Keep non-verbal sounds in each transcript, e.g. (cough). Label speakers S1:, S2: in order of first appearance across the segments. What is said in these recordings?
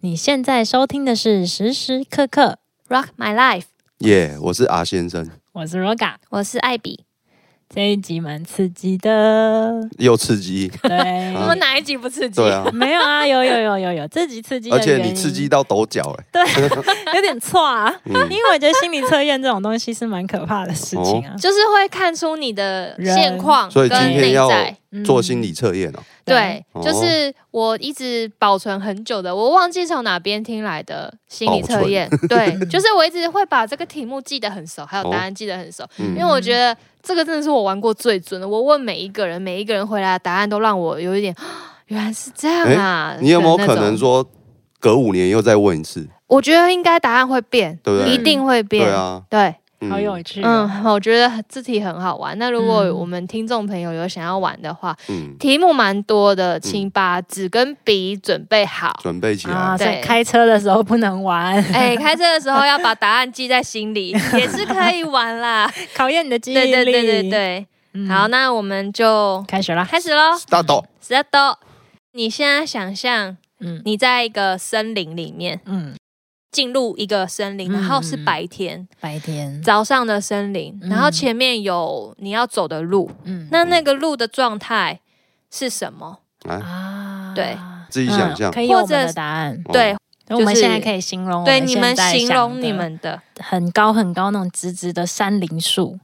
S1: 你现在收听的是时时刻刻
S2: Rock My Life，
S3: 耶我是 R 先生，
S1: 我是 Roga，
S2: 我是艾比。
S1: 这一集蛮刺激的，
S3: 又刺激，
S1: 对，，
S2: 我们哪一集不刺激？
S3: 对啊
S1: (laughs) 没有啊，有有有有有，这集刺激的
S3: 而
S1: 原因，
S3: 且你刺激到抖脚哎、
S1: (laughs) 有点错啊，
S3: 嗯
S1: 因为我觉得心理测验这种东西是蛮可怕的事情啊。
S2: (laughs) 就是会看出你的现况
S3: 所以
S2: 跟
S3: 今天
S2: 内
S3: 要
S2: 在。
S1: 嗯
S3: 做心理测验哦，
S2: 对，
S3: 哦
S2: 就是我一直保存很久的，我忘记从哪边听来的心理测
S3: (laughs)
S2: 验。对，就是我一直会把这个题目记得很熟，还有答案记得很熟，
S3: 嗯
S2: 因为我觉得这个真的是我玩过最准的。我问每一个人，每一个人回答的答案都让我有一点，啊原来是这样啊。
S3: 你有没有
S2: 的那
S3: 可
S2: 种
S3: 能？说隔五年又再问一次？
S2: 我觉得应该答案会变，
S3: 对不对
S2: 一定会变。
S3: 对啊，
S2: 对
S3: 嗯
S1: 好有趣、哦，
S2: 嗯，我觉得这题很好玩。那如果
S1: 嗯
S2: 我们听众朋友有想要玩的话，
S3: 嗯，
S2: 题目蛮多的，请把纸跟笔准备好。
S3: 准备起
S1: 啊，
S3: 来，
S1: 所以
S2: 对
S1: 开车的时候不能玩，
S2: 哎，开车的时候要把答案记在
S1: (laughs)
S2: 心里，也是可以玩啦。
S1: 考验你的记忆
S2: 对
S1: 力。
S2: 对对对对，
S1: 嗯
S2: 好，，那我们就
S1: 开始啦。
S2: 开始喽。
S1: (laughs)
S3: 大抖，
S2: s t a 你现在想象
S1: 嗯
S2: 你在一个森林里面，
S1: 嗯，
S2: 进入一个森林，
S1: 嗯
S2: 然后是白天
S1: 白天，
S2: 早上的森林，
S1: 嗯
S2: 然后前面有你要走的路，
S1: 嗯
S2: 那那个路的状态是什么？
S1: 啊
S2: 对
S3: 自己想象
S1: 嗯可以有我
S2: 或者
S1: 们
S2: 是
S1: 的答案。
S3: 哦
S2: 对
S1: 我们
S2: 就是
S1: 现在可以形容我
S2: 对，
S1: 现
S2: 你们
S1: 在
S2: 形
S1: 想
S2: 容
S1: 的
S2: 你们的，
S1: 很高很高那种直直的山林树，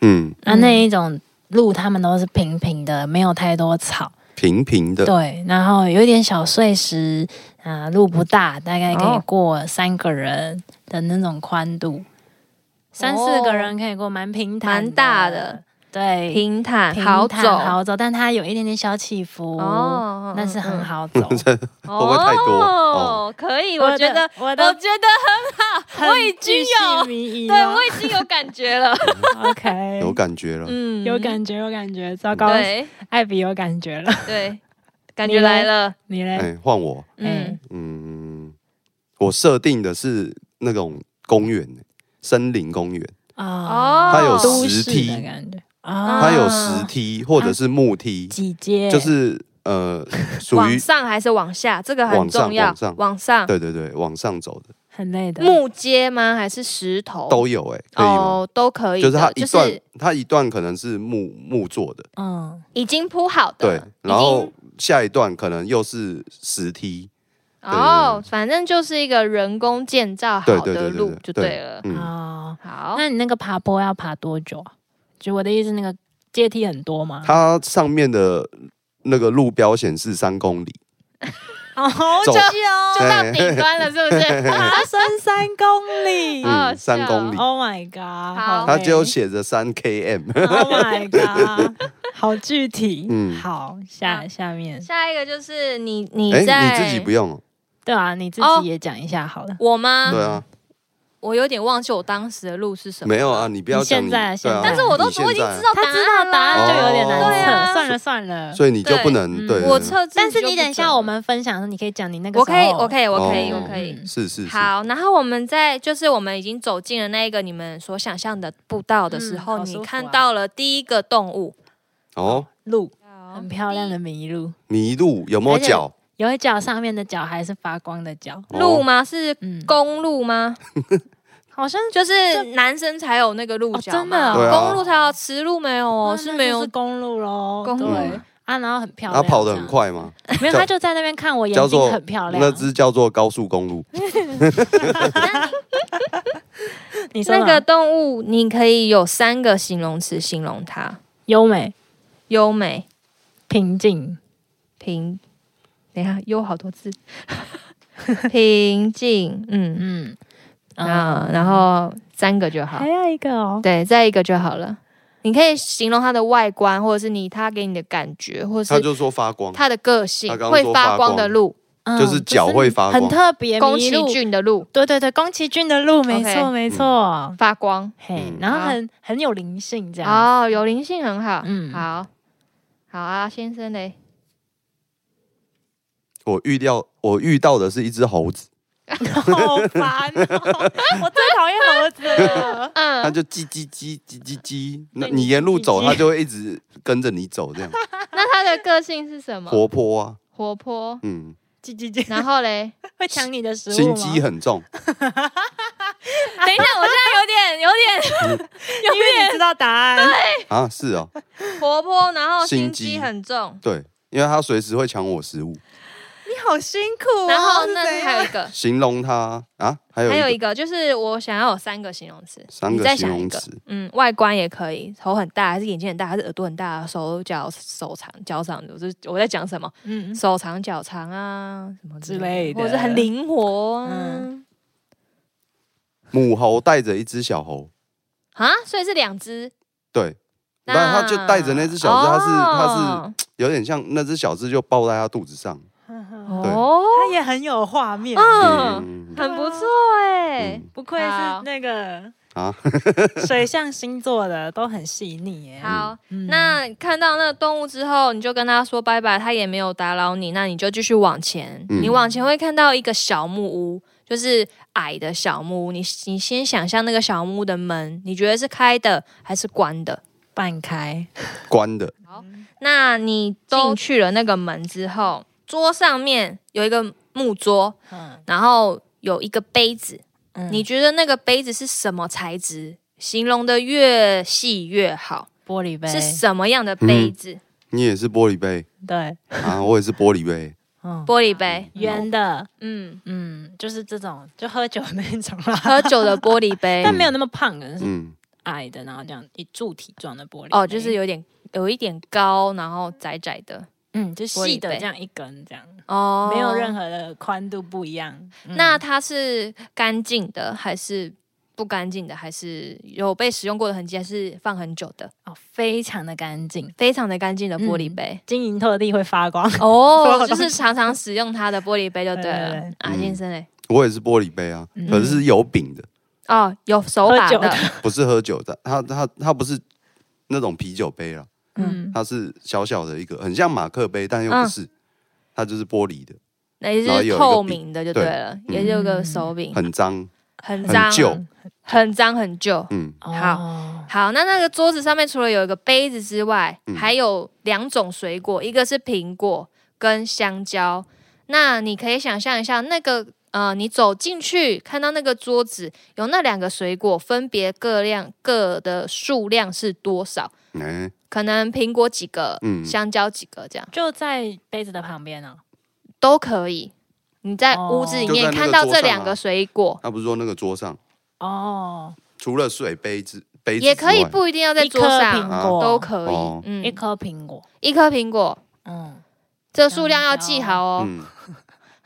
S3: 嗯，
S1: 那、
S2: 嗯
S1: 啊那一种路他们都是平平的，没有太多草，
S3: 平平的，
S1: 对，然后有一点小碎石，啊、路不大，大概可以
S2: 哦
S1: 过三个人的那种宽度，三四个人可以过，蛮平坦，
S2: 哦蛮大的，
S1: 对，
S2: 平坦
S1: 平
S2: 好
S1: 坦
S2: 走
S1: 好走，但它有一点点小起伏，
S2: 哦
S1: 但是很
S2: 嗯
S1: 好走。
S2: 哦，
S3: (laughs) 会不会太多
S2: 哦， (laughs) 可以，我觉得，
S1: 我
S2: 我
S1: 的
S2: 觉得，我已经有
S1: 有
S2: 对我已经有感
S1: (laughs)
S2: 觉了，
S1: OK，
S3: 有感觉了，
S2: 嗯，
S1: 有感觉，有感觉，糟糕，
S2: 对
S1: 艾比有感觉了， (laughs)
S2: 对，感觉来了，
S1: 你嘞？
S3: 哎，换我，
S2: 嗯
S1: 哎，
S3: 嗯，我设定的是那种公园、欸森林公园，
S1: 啊，
S2: 它有
S1: 都
S3: 石
S1: 市
S3: 梯
S1: 的感觉啊，
S3: 它有石梯或者是木梯，
S1: 几阶，
S3: 就是呃，属
S2: 往
S3: 于
S2: 上还是往下，这个很
S3: 往上
S2: 重要
S3: 往，上
S2: 往上，
S3: 对对对，往上走的
S1: 很累的
S2: 木阶吗？还是石头？
S3: 都有，哎，可以吗？
S2: 哦，都可以
S3: 就
S2: 的，
S3: 是它一
S2: 就
S3: 段
S2: 是，
S3: 它一段可能是木木做的，
S1: 嗯，
S2: 已经铺好的，
S3: 对
S2: 已经，
S3: 然后下一段可能又是石梯，
S2: 哦，反正就是一个人工建造好
S3: 对对
S2: 的
S3: 对
S2: 路
S3: 对
S2: 就
S3: 对
S2: 对了。
S3: 嗯，
S1: 哦，
S2: 好，
S1: 那你那个爬坡要爬多久啊？就我的意思，那个阶梯很多吗？
S3: 它上面的那个路标显示三公里，
S1: 哦，好
S3: (laughs) 走
S2: 就到顶端了，是不是？
S1: 爬升三公里
S2: 好好笑
S3: 嗯，三公里，
S1: ，Oh my god！
S2: 好
S3: 它
S1: 累
S3: 就写着三 km，
S1: ，Oh my god！好具体，
S3: 嗯
S1: 好，
S2: 好
S1: 下下面，
S2: (laughs) 下一个就是你，你
S3: 哎，
S2: 在、
S3: 你自己不用哦，
S1: 对啊，你自
S2: 哦
S1: 己也讲一下好了。
S2: 我吗？
S3: 对啊，
S2: 我有点忘记我当时的路是什么。
S3: 没有啊，，你不要
S1: 你现
S3: 讲你，
S1: 在
S3: 对啊
S1: 现在
S2: 但是我都
S3: 你现
S2: 我已经
S3: 在
S2: 知道
S1: (laughs)
S2: 答
S1: 他
S2: 案
S1: 知道答案就有点难
S3: 哦
S1: 测，
S2: 对啊
S1: 算了算了。
S3: 所以你就
S2: 对
S3: 不能
S1: 嗯
S3: 对，
S2: 我测字就
S1: 但
S2: 不准，
S1: 是你等一下我们分享的时候，你可以讲你那个
S2: 我
S1: 时候。
S2: 可以，我可以，我可以，
S3: 哦
S2: 我可以。
S3: 是是是，
S2: 好，然后我们在就是我们已经走进了那一个你们所想象的步道的时
S1: 嗯
S2: 候，
S1: 好舒服啊
S2: 你看到了第一个动物，
S3: 哦，
S1: 路，很漂亮的麋鹿，
S3: 麋鹿有没有
S1: 而且
S3: 脚？
S1: 有一脚上面的脚还是发光的脚。
S2: 路
S3: 哦
S2: 吗？是
S1: 嗯，
S2: 公路吗？
S1: 好像
S2: 就是男生才有那个鹿角
S1: 哦
S2: 嘛、
S1: 真的哦
S3: 对啊
S2: 公路才有，雌鹿没有
S1: 啊
S2: 哦，是
S1: 那
S2: 没
S1: 就
S2: 有
S1: 是。公路喽。
S2: 公路
S1: 对啊，然后很漂
S3: 它
S1: 亮，
S3: 跑得很，快吗？
S1: 没有，
S3: 叫
S1: 他就在那边看我，眼
S3: 叫
S1: 睛
S3: 做
S1: 很漂亮。
S3: 那只叫做高速公路，
S1: 你说
S2: 那个
S1: 个
S2: 动物，你可以有三个形容词形容它：
S1: 优美、
S2: 优美、
S1: 平静、
S2: 平。等一下，优好
S1: (laughs)
S2: 多字。平静，嗯
S1: 嗯
S2: 啊，然后三个就好
S1: 还，有一个哦，
S2: 对，再一个就好了。你可以形容它的外观，或者是你它给你的感觉，或者
S3: 它
S2: 是
S3: 就说发光，
S2: 它的个性
S3: 他，刚刚
S2: 会
S3: 说
S2: 发
S3: 发
S2: 光
S3: 光
S2: 的鹿，
S1: 嗯
S3: 就是脚会发光
S1: 很特别。
S2: 宫
S1: 麋
S2: 崎
S1: 鹿，
S2: 骏的鹿
S1: 对对对，宫崎骏的鹿，没
S2: OK
S1: 错没错。
S2: 发光，
S1: 嘿
S3: 嗯，
S1: 然后
S2: 好
S1: 很很有灵性这 (laughs) 样。
S2: 哦，有灵性很好，
S1: 嗯
S2: 好，好啊，先生嘞，
S3: 我预料我遇到的是一只猴子，
S1: 好烦哦！我最讨厌猴子了。
S2: 嗯的
S3: 它就叽叽叽叽叽叽，那
S1: 对你
S3: 你沿路走，
S1: 叽叽
S3: 它就会一直跟着你走，这样
S2: 那他的个性是什么？
S3: 活泼啊，
S2: 活泼，
S3: 嗯，
S1: 叽叽叽，
S2: 然后嘞，
S1: 会抢你的食物
S3: 心
S1: 吗？
S3: 机很重，
S2: (laughs) 等一下，我现在有点有点
S1: 因为你知道答案，
S3: 啊，是哦，
S2: 活泼，然后心
S3: 心
S2: 机
S3: 机
S2: 很重，
S3: 对，因为它随时会抢我食物，
S1: 你好辛苦哦。
S2: 然后
S1: 是
S2: 那
S1: 怎
S2: 还有
S1: 样
S2: 一个，
S3: 形容它啊，还有
S2: 还有
S3: 一
S2: 一
S3: 个
S2: 个就是我想要有三个形容词，
S3: 三
S2: 你
S3: 个
S2: 再
S3: 形
S2: 想一
S3: 容
S2: 个
S3: 词，
S2: 嗯，外观也可以，头很大，还是眼睛很大，还是耳朵很大，手脚手长脚长，我是我在讲什么？
S1: 嗯，
S2: 手长脚长啊，什么
S1: 之类的
S2: 或者是很灵活啊
S1: 嗯，
S3: 母猴带着一只小猴，
S2: 啊，所以是两只。
S3: 对，那它就带着那只小只，它是它
S2: 是
S3: 有点像那只小只就抱在它肚子上，
S1: (laughs)
S3: 对
S2: 哦，
S1: 他嗯也很有画面，
S2: 嗯，
S3: 嗯
S2: 很不错哎
S3: 嗯，
S1: 不愧是
S2: 好
S1: 那个
S3: 啊，
S1: (laughs) 水象星座的，都很细腻耶。
S2: 好。
S1: 嗯
S2: 那看到那个动物之后，你就跟它说拜拜，它也没有打扰你，那你就继续往前。
S3: 嗯
S2: 你往前会看到一个小木屋，就是矮的小木屋。你你先想象那个小木屋的门，你觉得是开的还是关的？
S1: 半开，
S3: 关的，
S2: 那你进去了那个门之后，桌上面有一个木桌，
S1: 嗯，
S2: 然后有一个杯子。你
S1: 你
S2: 觉得那个杯子是什么材质？形容的越细越好。
S1: 玻璃杯
S2: 是什么样的杯
S3: 嗯
S2: 子？
S3: 你也是玻璃杯
S1: 对，
S3: 啊，我也是玻璃杯，
S1: 嗯，
S2: 玻璃杯。
S1: 圆的，
S2: 嗯。
S1: 嗯，就是这种，就喝酒那种啦，
S2: 喝酒的玻璃
S1: (laughs)
S2: 杯，
S1: 但没有那么胖，可能是
S3: 嗯，
S1: 矮的，然后这样一柱体状的玻璃杯
S2: 嗯哦，就是有点有一点高，然后窄窄的
S1: 嗯，就
S2: 玻璃
S1: 细的
S2: 杯
S1: 这样一根这样，
S2: 哦，
S1: 没有任
S2: 何。
S1: 何的宽度不一样。嗯
S2: 那它是干净的还是不干净的，还是有被使用过的痕迹，还是放很久的？
S1: 哦，非常的干净，
S2: 非常的干净的玻璃杯。
S1: 晶莹透地会发
S2: (laughs)
S1: 光。 (laughs)
S2: 哦，就是常常使用它的玻璃杯就对了。
S1: 对对对
S2: 啊，
S3: 嗯
S2: 先生嘞，
S3: 我也是玻璃杯啊，
S2: 嗯
S3: 可是是有柄的，
S2: 哦，有手把
S1: 喝酒
S2: 的
S1: 的，
S3: 不是喝酒的，它它它不是那种啤酒杯啦，
S1: 嗯，
S3: 它是小小的一个，很像马克杯，但又不是，
S2: 嗯
S3: 它就是玻璃的，
S2: 那也
S3: 然后有
S2: 是
S3: 一个
S2: 透
S3: 柄
S2: 明的就对
S3: 对
S2: 了，
S3: 嗯
S2: 也有个手柄，
S3: 很脏，
S2: 很
S3: 很
S2: 脏，
S3: 旧，
S2: 很脏，很旧。
S3: 嗯，
S1: 好，
S2: 好，那那个桌子上面除了有一个杯子之外，
S3: 嗯
S2: 还有两种水果，一个是苹果跟香蕉。那你可以想象一下，那个呃，你走进去看到那个桌子有那两个水果，分别各量各的数量是多少？
S3: 哎，
S2: 可能苹果几个，
S3: 嗯
S2: 香蕉几个，这样
S1: 就在杯子的旁边哦。
S2: 都可以。你在屋子里面
S3: 就在那
S2: 看
S3: 个
S2: 到
S3: 桌
S2: 这
S3: 上
S2: 两
S3: 啊
S2: 个水果，
S3: 他不是说那个桌上
S1: 哦，
S3: 除了水杯之杯子
S2: 也可以
S3: 之外
S2: 不一定要在
S1: 一
S2: 桌
S1: 颗
S2: 上，啊
S1: 苹果
S2: 都可以。
S3: 哦
S2: 嗯
S1: 一，颗苹果，
S2: 一颗苹果，
S1: 嗯，
S2: 这数量要记好哦。
S3: 嗯，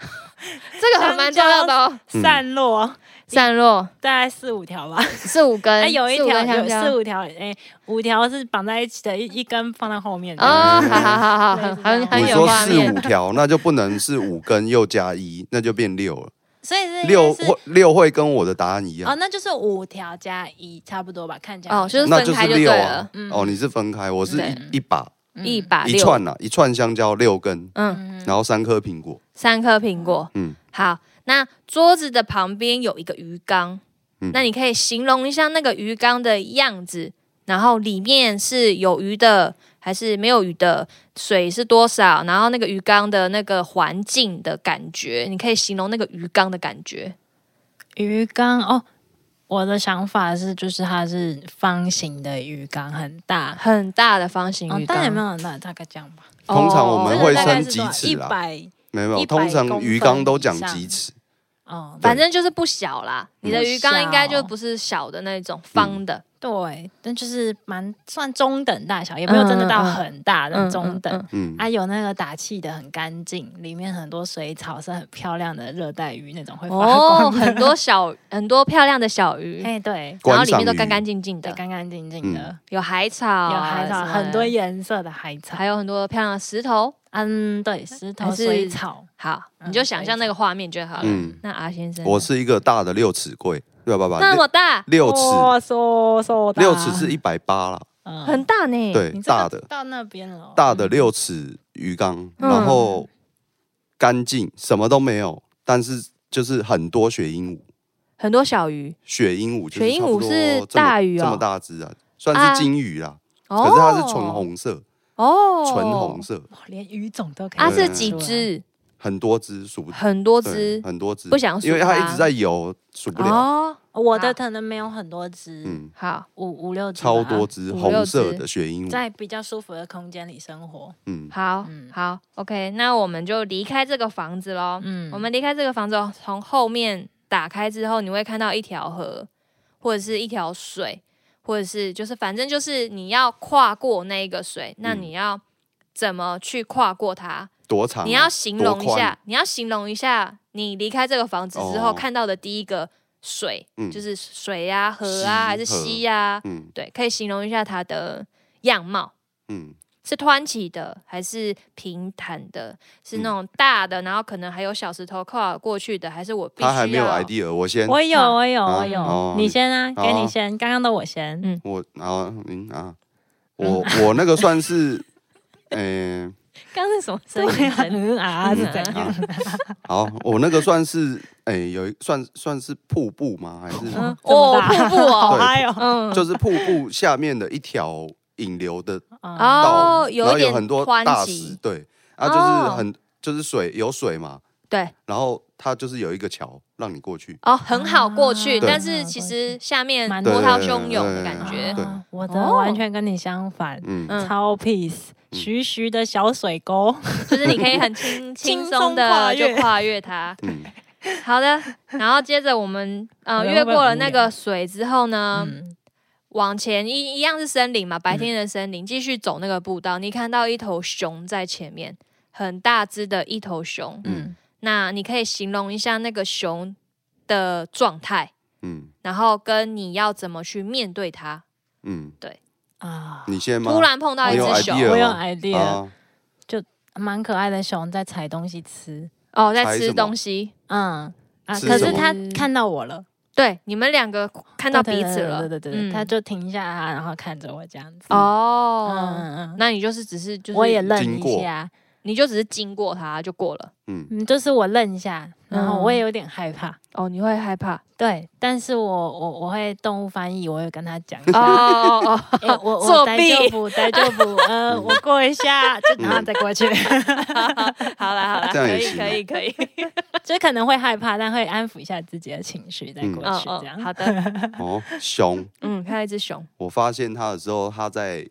S2: 这个还蛮重要的哦。
S3: 嗯
S1: 散落
S2: 散落
S1: 大概四五条吧。
S2: 四五根，
S1: 哎， (laughs) 有一
S2: 嗯四五
S1: 条
S2: 根
S1: 有
S2: 香
S1: 四
S2: 蕉。
S1: 五条，哎，五条是绑在一起的，一一根放在后面的。
S2: 哦，好好好
S1: (laughs)
S2: 好，很很
S1: 它
S2: 很
S3: 你
S2: 有
S3: 说
S2: 画
S3: 四
S2: 面。
S3: 五条，那就不能是五根又加一，那就变六了，
S1: 所以是
S3: 六
S1: 应该是
S3: 会六会跟我的答案一
S1: 哦，
S3: 样，
S1: 那就是五条加一，差不多吧？看起来
S2: 哦，就是
S3: 那
S2: 分
S3: 就是
S2: 开就对
S3: 六啊
S2: 了，，
S1: 嗯
S3: 哦，你是分开，我是
S2: 对
S3: 一一把
S1: 嗯
S2: 一把
S3: 一
S2: 啊六。
S3: 串啊呐，一串香蕉六根，
S2: 嗯，
S1: 嗯
S3: 然后三颗苹果，
S2: 三颗苹果。
S3: 嗯，
S2: 好，那桌子的旁边有一个鱼缸，
S3: 嗯
S2: 那你可以形容一下那个鱼缸的样子，然后里面是有鱼的还是没有鱼的，水是多少，然后那个鱼缸的那个环境的感觉，你可以形容那个鱼缸的感觉。
S1: 鱼缸哦。我的想法是，就是它是方形的鱼缸，很大，
S2: 很大的方形
S1: 哦
S2: 鱼，缸，
S1: 但也没有很哦大，大概这样吧。
S3: 通常我们会
S1: 大
S3: 升
S1: 概是
S3: 几啊
S1: 多少？一
S3: 尺啦，
S1: 百
S3: 没有没有，
S1: 100
S3: 通
S1: 公
S3: 常
S1: 分
S3: 鱼缸都
S1: 以
S3: 讲
S1: 上
S3: 几尺，
S1: 哦，
S2: 反正就是不小啦。
S3: 嗯
S2: 你的鱼缸应该就不是小的那种方的，
S1: 对，但就是蛮算中等大小，也没有真的到很大的、
S2: 嗯嗯嗯
S1: 中等。
S2: 嗯嗯
S3: 嗯，
S1: 啊，有那个打气的很干净，里面很多水草是很漂亮的热带鱼那种
S3: 嗯
S1: 会发
S2: 哦，
S1: 光的，
S2: 很多小很多漂亮的小鱼，
S1: 哎对，
S2: 然后
S3: 观
S2: 里
S3: 赏
S2: 面
S3: 鱼
S2: 都干干净净
S1: 对，
S3: 嗯
S2: 的，
S1: 干干净净的，
S2: 有海草啊，
S1: 有海
S2: 什
S1: 草，
S2: 么的
S1: 很多，颜色的海草，
S2: 还有很多漂亮的石头。
S1: 嗯对，石头
S2: 还是
S1: 水草，
S2: 好，
S1: 嗯
S2: 你就想象那个画面就好了。
S3: 嗯
S2: 那阿先生呢，
S3: 我是一个大的六尺柜，对吧？爸
S2: 那
S3: 爸，
S2: 么大，
S3: 六六尺，
S2: 哦
S1: 哇，说说
S3: 六尺是一百八啦，
S1: 嗯
S2: 很大呢。
S3: 对，大的
S1: 到那边了，
S3: 大的六尺鱼缸，
S2: 嗯
S3: 然后干净，什么都没有，但是就是很多雪鹦鹉，
S2: 很多小鱼
S3: 雪鹦鹉就是
S2: 雪鹦鹉
S3: 差不多
S2: 是
S3: 这么
S2: 大鱼哦
S3: 这么大只啊，算
S2: 啊
S3: 是金鱼啦，
S2: 哦，
S3: 可是它是纯红色，
S2: 哦，
S3: 纯红色，
S1: 哇连鱼种都可以
S2: 啊，
S1: 看得
S2: 是
S1: 出
S2: 几
S1: 来？
S2: 只？
S3: 很多只数不
S2: 很多
S3: 对
S2: 只
S3: 很多只，
S2: 不想数
S3: 因为它一
S2: 它
S3: 直在游，数不了，
S2: 哦，
S1: 我的
S2: 啊
S1: 可能没有很多只，
S3: 嗯，
S2: 好，
S1: 五五六只吧，
S3: 超多只
S2: 五
S3: 红
S2: 六
S3: 色
S2: 只
S3: 的雪鹦鹉，
S1: 在比较舒服的空间里生活。
S3: 嗯，
S2: 好，好，OK，那我们就离开这个房子喽。
S1: 嗯
S2: 我们离开这个房子哦，从后面打开之后，你会看到一条河，或者是一条水，或者是就是反正就是你要跨过那一个水，那
S3: 嗯
S2: 你要怎么去跨过它？
S3: 多长啊？
S2: 你要形容一
S3: 多
S2: 下
S3: 宽，
S2: 你要形容一下你离开这个房子之后
S3: 哦
S2: 看到的第一个水，
S3: 嗯
S2: 就是水呀、河
S3: 溪
S2: 啊，还是
S3: 河
S2: 溪呀、
S3: 嗯
S2: 对，可以形容一下它的样貌。
S3: 嗯，
S2: 是湍急的还是平坦的？是
S3: 嗯
S2: 那种大的，然后可能还有小石头跨过去的，还是我必须要？
S3: 他还没有 idea，我先
S1: 我有，
S2: 啊
S1: 我有，
S3: 啊
S1: 我有
S3: 哦，
S1: 你先啊，给你
S3: 哦
S1: 先，刚刚的我先
S2: 嗯。
S3: 我然后嗯啊，我我那个
S2: (laughs)
S3: 算是，嗯，
S2: 刚刚是什么声
S1: 对啊，
S2: 音？
S1: 嗯啊是怎
S3: 啊
S1: 样？
S3: 好，我那个算是，哎，有一算算是瀑布吗？还是
S1: 嗯这么
S2: 哦，
S1: 大
S2: 瀑布
S1: (laughs) 好
S2: 哦，
S1: 嗨哦！
S2: 嗯，
S3: 就是瀑布下面的一条引流的
S1: 啊，
S2: 哦
S3: 道，，然
S2: 有
S3: 后
S2: 一点
S3: 有很多
S2: 湍
S3: 大
S2: 急
S3: 石，，对，啊，就是
S2: 哦
S3: 很就是水有水嘛，
S2: 对，
S3: 然后它就是有一个桥让你过去，
S2: 哦，很好过去，
S1: 啊对
S2: 但是其实下面
S1: 蛮
S2: 波
S1: 多
S2: 涛
S3: 的
S2: 汹涌的感觉
S3: 对。对
S1: 啊我的
S2: 哦
S1: 完全跟你相反，
S3: 嗯，
S2: 嗯
S1: 超 peace，
S3: 嗯
S1: 徐徐的小水沟。
S2: 就是你可以很
S1: (laughs)
S2: 轻轻
S1: 轻
S2: 松
S1: 松
S2: 的
S1: 跨
S2: 就
S1: 越
S2: 跨越它。
S3: 嗯，
S2: 好的，
S1: (laughs)
S2: 然后接着我们呃
S1: 好的
S2: 越
S1: 会不会
S2: 过了
S1: 很无
S2: 那
S1: 聊
S2: 个水之后呢，
S1: 嗯，
S2: 往前一一样是森林嘛，白天的森林，继续走那个步道，你看到一头熊在前面，很大只的一头熊。
S1: 嗯
S2: 那你可以形容一下那个熊的状态，
S3: 嗯
S2: 然后跟你要怎么去面对它。
S3: 嗯，
S1: 啊，
S3: 你先吗？
S2: 突然碰到一
S3: 你有
S2: 只
S3: idea
S2: 熊，
S1: 我有
S3: 吗
S1: idea，
S3: 啊，
S1: 蛮可爱的熊在采东西吃。
S2: 哦，在
S3: 猜
S2: 吃
S3: 什么
S2: 东西。
S1: 嗯啊，
S3: 吃
S1: 可
S3: 什
S1: 是
S3: 么
S1: 他看到我了，
S2: 对，你们两个看到
S1: 对
S2: 彼
S1: 对
S2: 此
S1: 对
S2: 了，
S1: 对对对对，
S2: 嗯
S1: 他就停下来，然后看着我这样子。嗯
S2: 哦，
S1: 嗯嗯，
S2: 那你就是只是就是
S1: 我也愣
S3: 经
S1: 一
S3: 过
S1: 下，
S2: 你就只是经过它就过了。
S3: 嗯
S1: 嗯，就是我愣一下，然后
S2: 嗯
S1: 我也有点害怕。
S2: 哦，你会害 (laughs) 怕
S1: 对，但是我我我会动物翻译，我会跟他讲，
S2: 哦哦哦
S1: 欸我
S2: 作
S1: 我待
S2: 弊
S1: 就不待就不，呃，我过一
S3: (laughs)
S1: 下，就然后再过去，
S2: 哦，好啦好啦，
S3: 这样
S2: 可
S3: 也
S2: 以
S3: 行
S2: 可
S3: 啊
S2: 以可以。
S1: (laughs) 就可能会害怕，但会安抚一下自己的情绪，再过去这样。
S2: 哦
S1: (laughs)
S2: 好的，
S3: 哦，熊，
S2: 嗯，看到一只熊，
S3: 我发现它的时候，它在